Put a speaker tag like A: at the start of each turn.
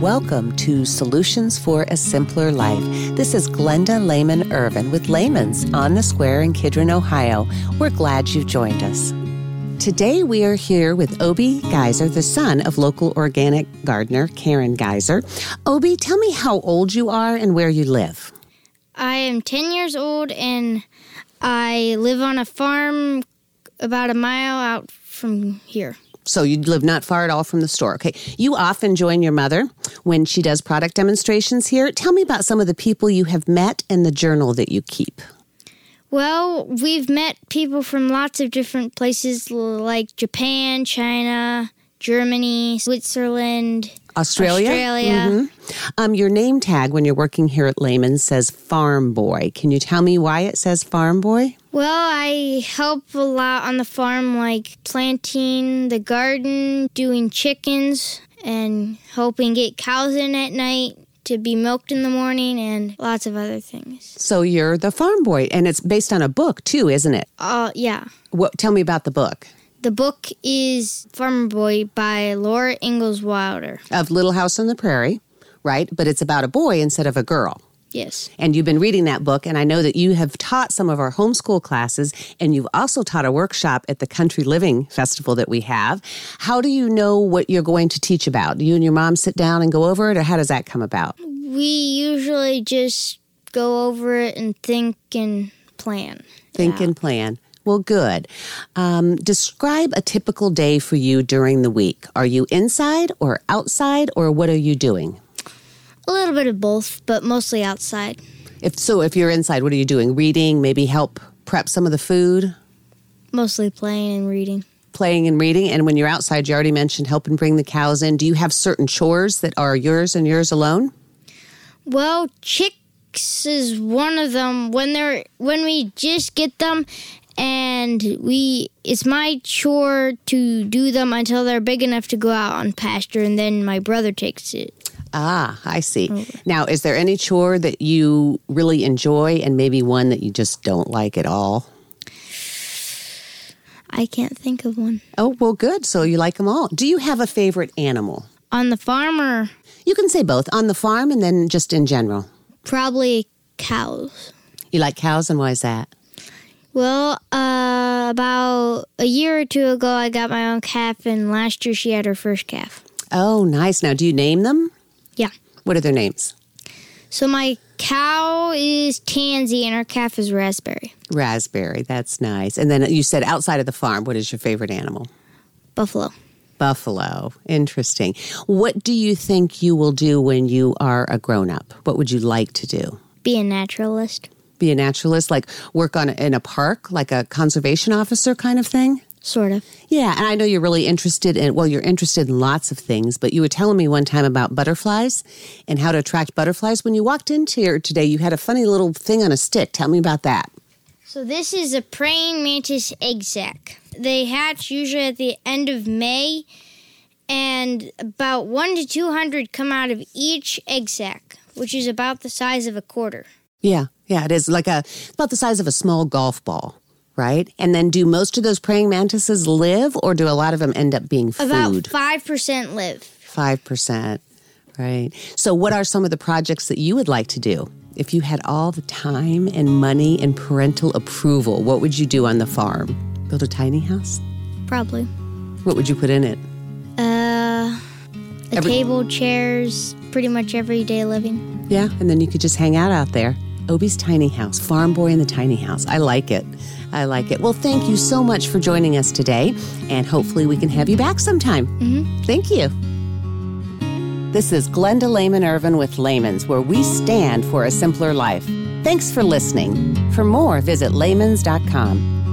A: Welcome to Solutions for a Simpler Life. This is Glenda Lehman Irvin with Lehman's on the Square in Kidron, Ohio. We're glad you've joined us. Today we are here with Obi Geiser, the son of local organic gardener Karen Geiser. Obi, tell me how old you are and where you live.
B: I am 10 years old and I live on a farm about a mile out from here.
A: So you live not far at all from the store. Okay. You often join your mother when she does product demonstrations here. Tell me about some of the people you have met and the journal that you keep.
B: Well, we've met people from lots of different places like Japan, China, Germany, Switzerland,
A: Australia.
B: Australia.
A: Mhm. Um, your name tag when you're working here at Lehman says Farm Boy. Can you tell me why it says Farm Boy?
B: Well, I help a lot on the farm, like planting the garden, doing chickens, and helping get cows in at night to be milked in the morning, and lots of other things.
A: So you're the Farm Boy, and it's based on a book too, isn't it?
B: Uh, yeah.
A: What? Tell me about the book
B: The book is Farmer Boy by Laura Ingalls Wilder.
A: of Little House on the Prairie, right? But it's about a boy instead of a girl.
B: Yes.
A: And you've been reading that book, and I know that you have taught some of our homeschool classes, and you've also taught a workshop at the Country Living Festival that we have. How do you know what you're going to teach about? Do you and your mom sit down and go over it, or how does that come about?
B: We usually just go over it and think and plan.
A: Think and plan. Well, good. Um, describe a typical day for you during the week. Are you inside or outside, or what are you doing?
B: A little bit of both, but mostly outside.
A: If so, if you're inside, what are you doing? Reading, maybe help prep some of the food,
B: Mostly playing and reading.
A: playing and reading. And when you're outside, you already mentioned helping bring the cows in. Do you have certain chores that are yours and yours alone?
B: Well, chicks is one of them. When they're when we just get them, and we it's my chore to do them until they're big enough to go out on pasture, and then my brother takes it.
A: Ah, I see. Now, is there any chore that you really enjoy and maybe one that you just don't like at all?
B: I can't think of one
A: Oh, well, good. So you like them all. Do you have a favorite animal?
B: on the farmer.
A: You can say both on the farm and then just in general.
B: Probably cows.
A: You like cows, and why is that?
B: Well, uh, about a year or two ago, I got my own calf, and last year she had her first calf.
A: Oh, nice. Now, do you name them?
B: Yeah.
A: What are their names?
B: So my cow is Tansy, and her calf is Raspberry.
A: Raspberry. That's nice. And then you said outside of the farm, what is your favorite animal?
B: Buffalo.
A: Buffalo. Interesting. What do you think you will do when you are a grown up? What would you like to do?
B: Be a naturalist.
A: Be a naturalist, like work on in a park, like a conservation officer kind of thing?
B: Sort of.
A: Yeah, and I know you're really interested in well, you're interested in lots of things, but you were telling me one time about butterflies and how to attract butterflies. When you walked into here today, you had a funny little thing on a stick. Tell me about that.
B: So this is a praying mantis egg sac. They hatch usually at the end of May, and about one to two hundred come out of each egg sac, which is about the size of a quarter.
A: Yeah, yeah, it is like a about the size of a small golf ball, right? And then do most of those praying mantises live or do a lot of them end up being
B: About
A: food?
B: five percent live.
A: 5%, right? So what are some of the projects that you would like to do? If you had all the time and money and parental approval, what would you do on the farm? Build a tiny house?
B: Probably.
A: What would you put in it?
B: Uh, a
A: Every-
B: table, chairs, pretty much everyday living.
A: Yeah, and then you could just hang out out there. Obie's tiny house, farm boy in the tiny house. I like it. I like it. Well, thank you so much for joining us today, and hopefully we can have you back sometime. Mm-hmm. Thank you. This is Glenda Lehman Irvin with Layman's, where we stand for a simpler life. Thanks for listening. For more, visit layman's.com.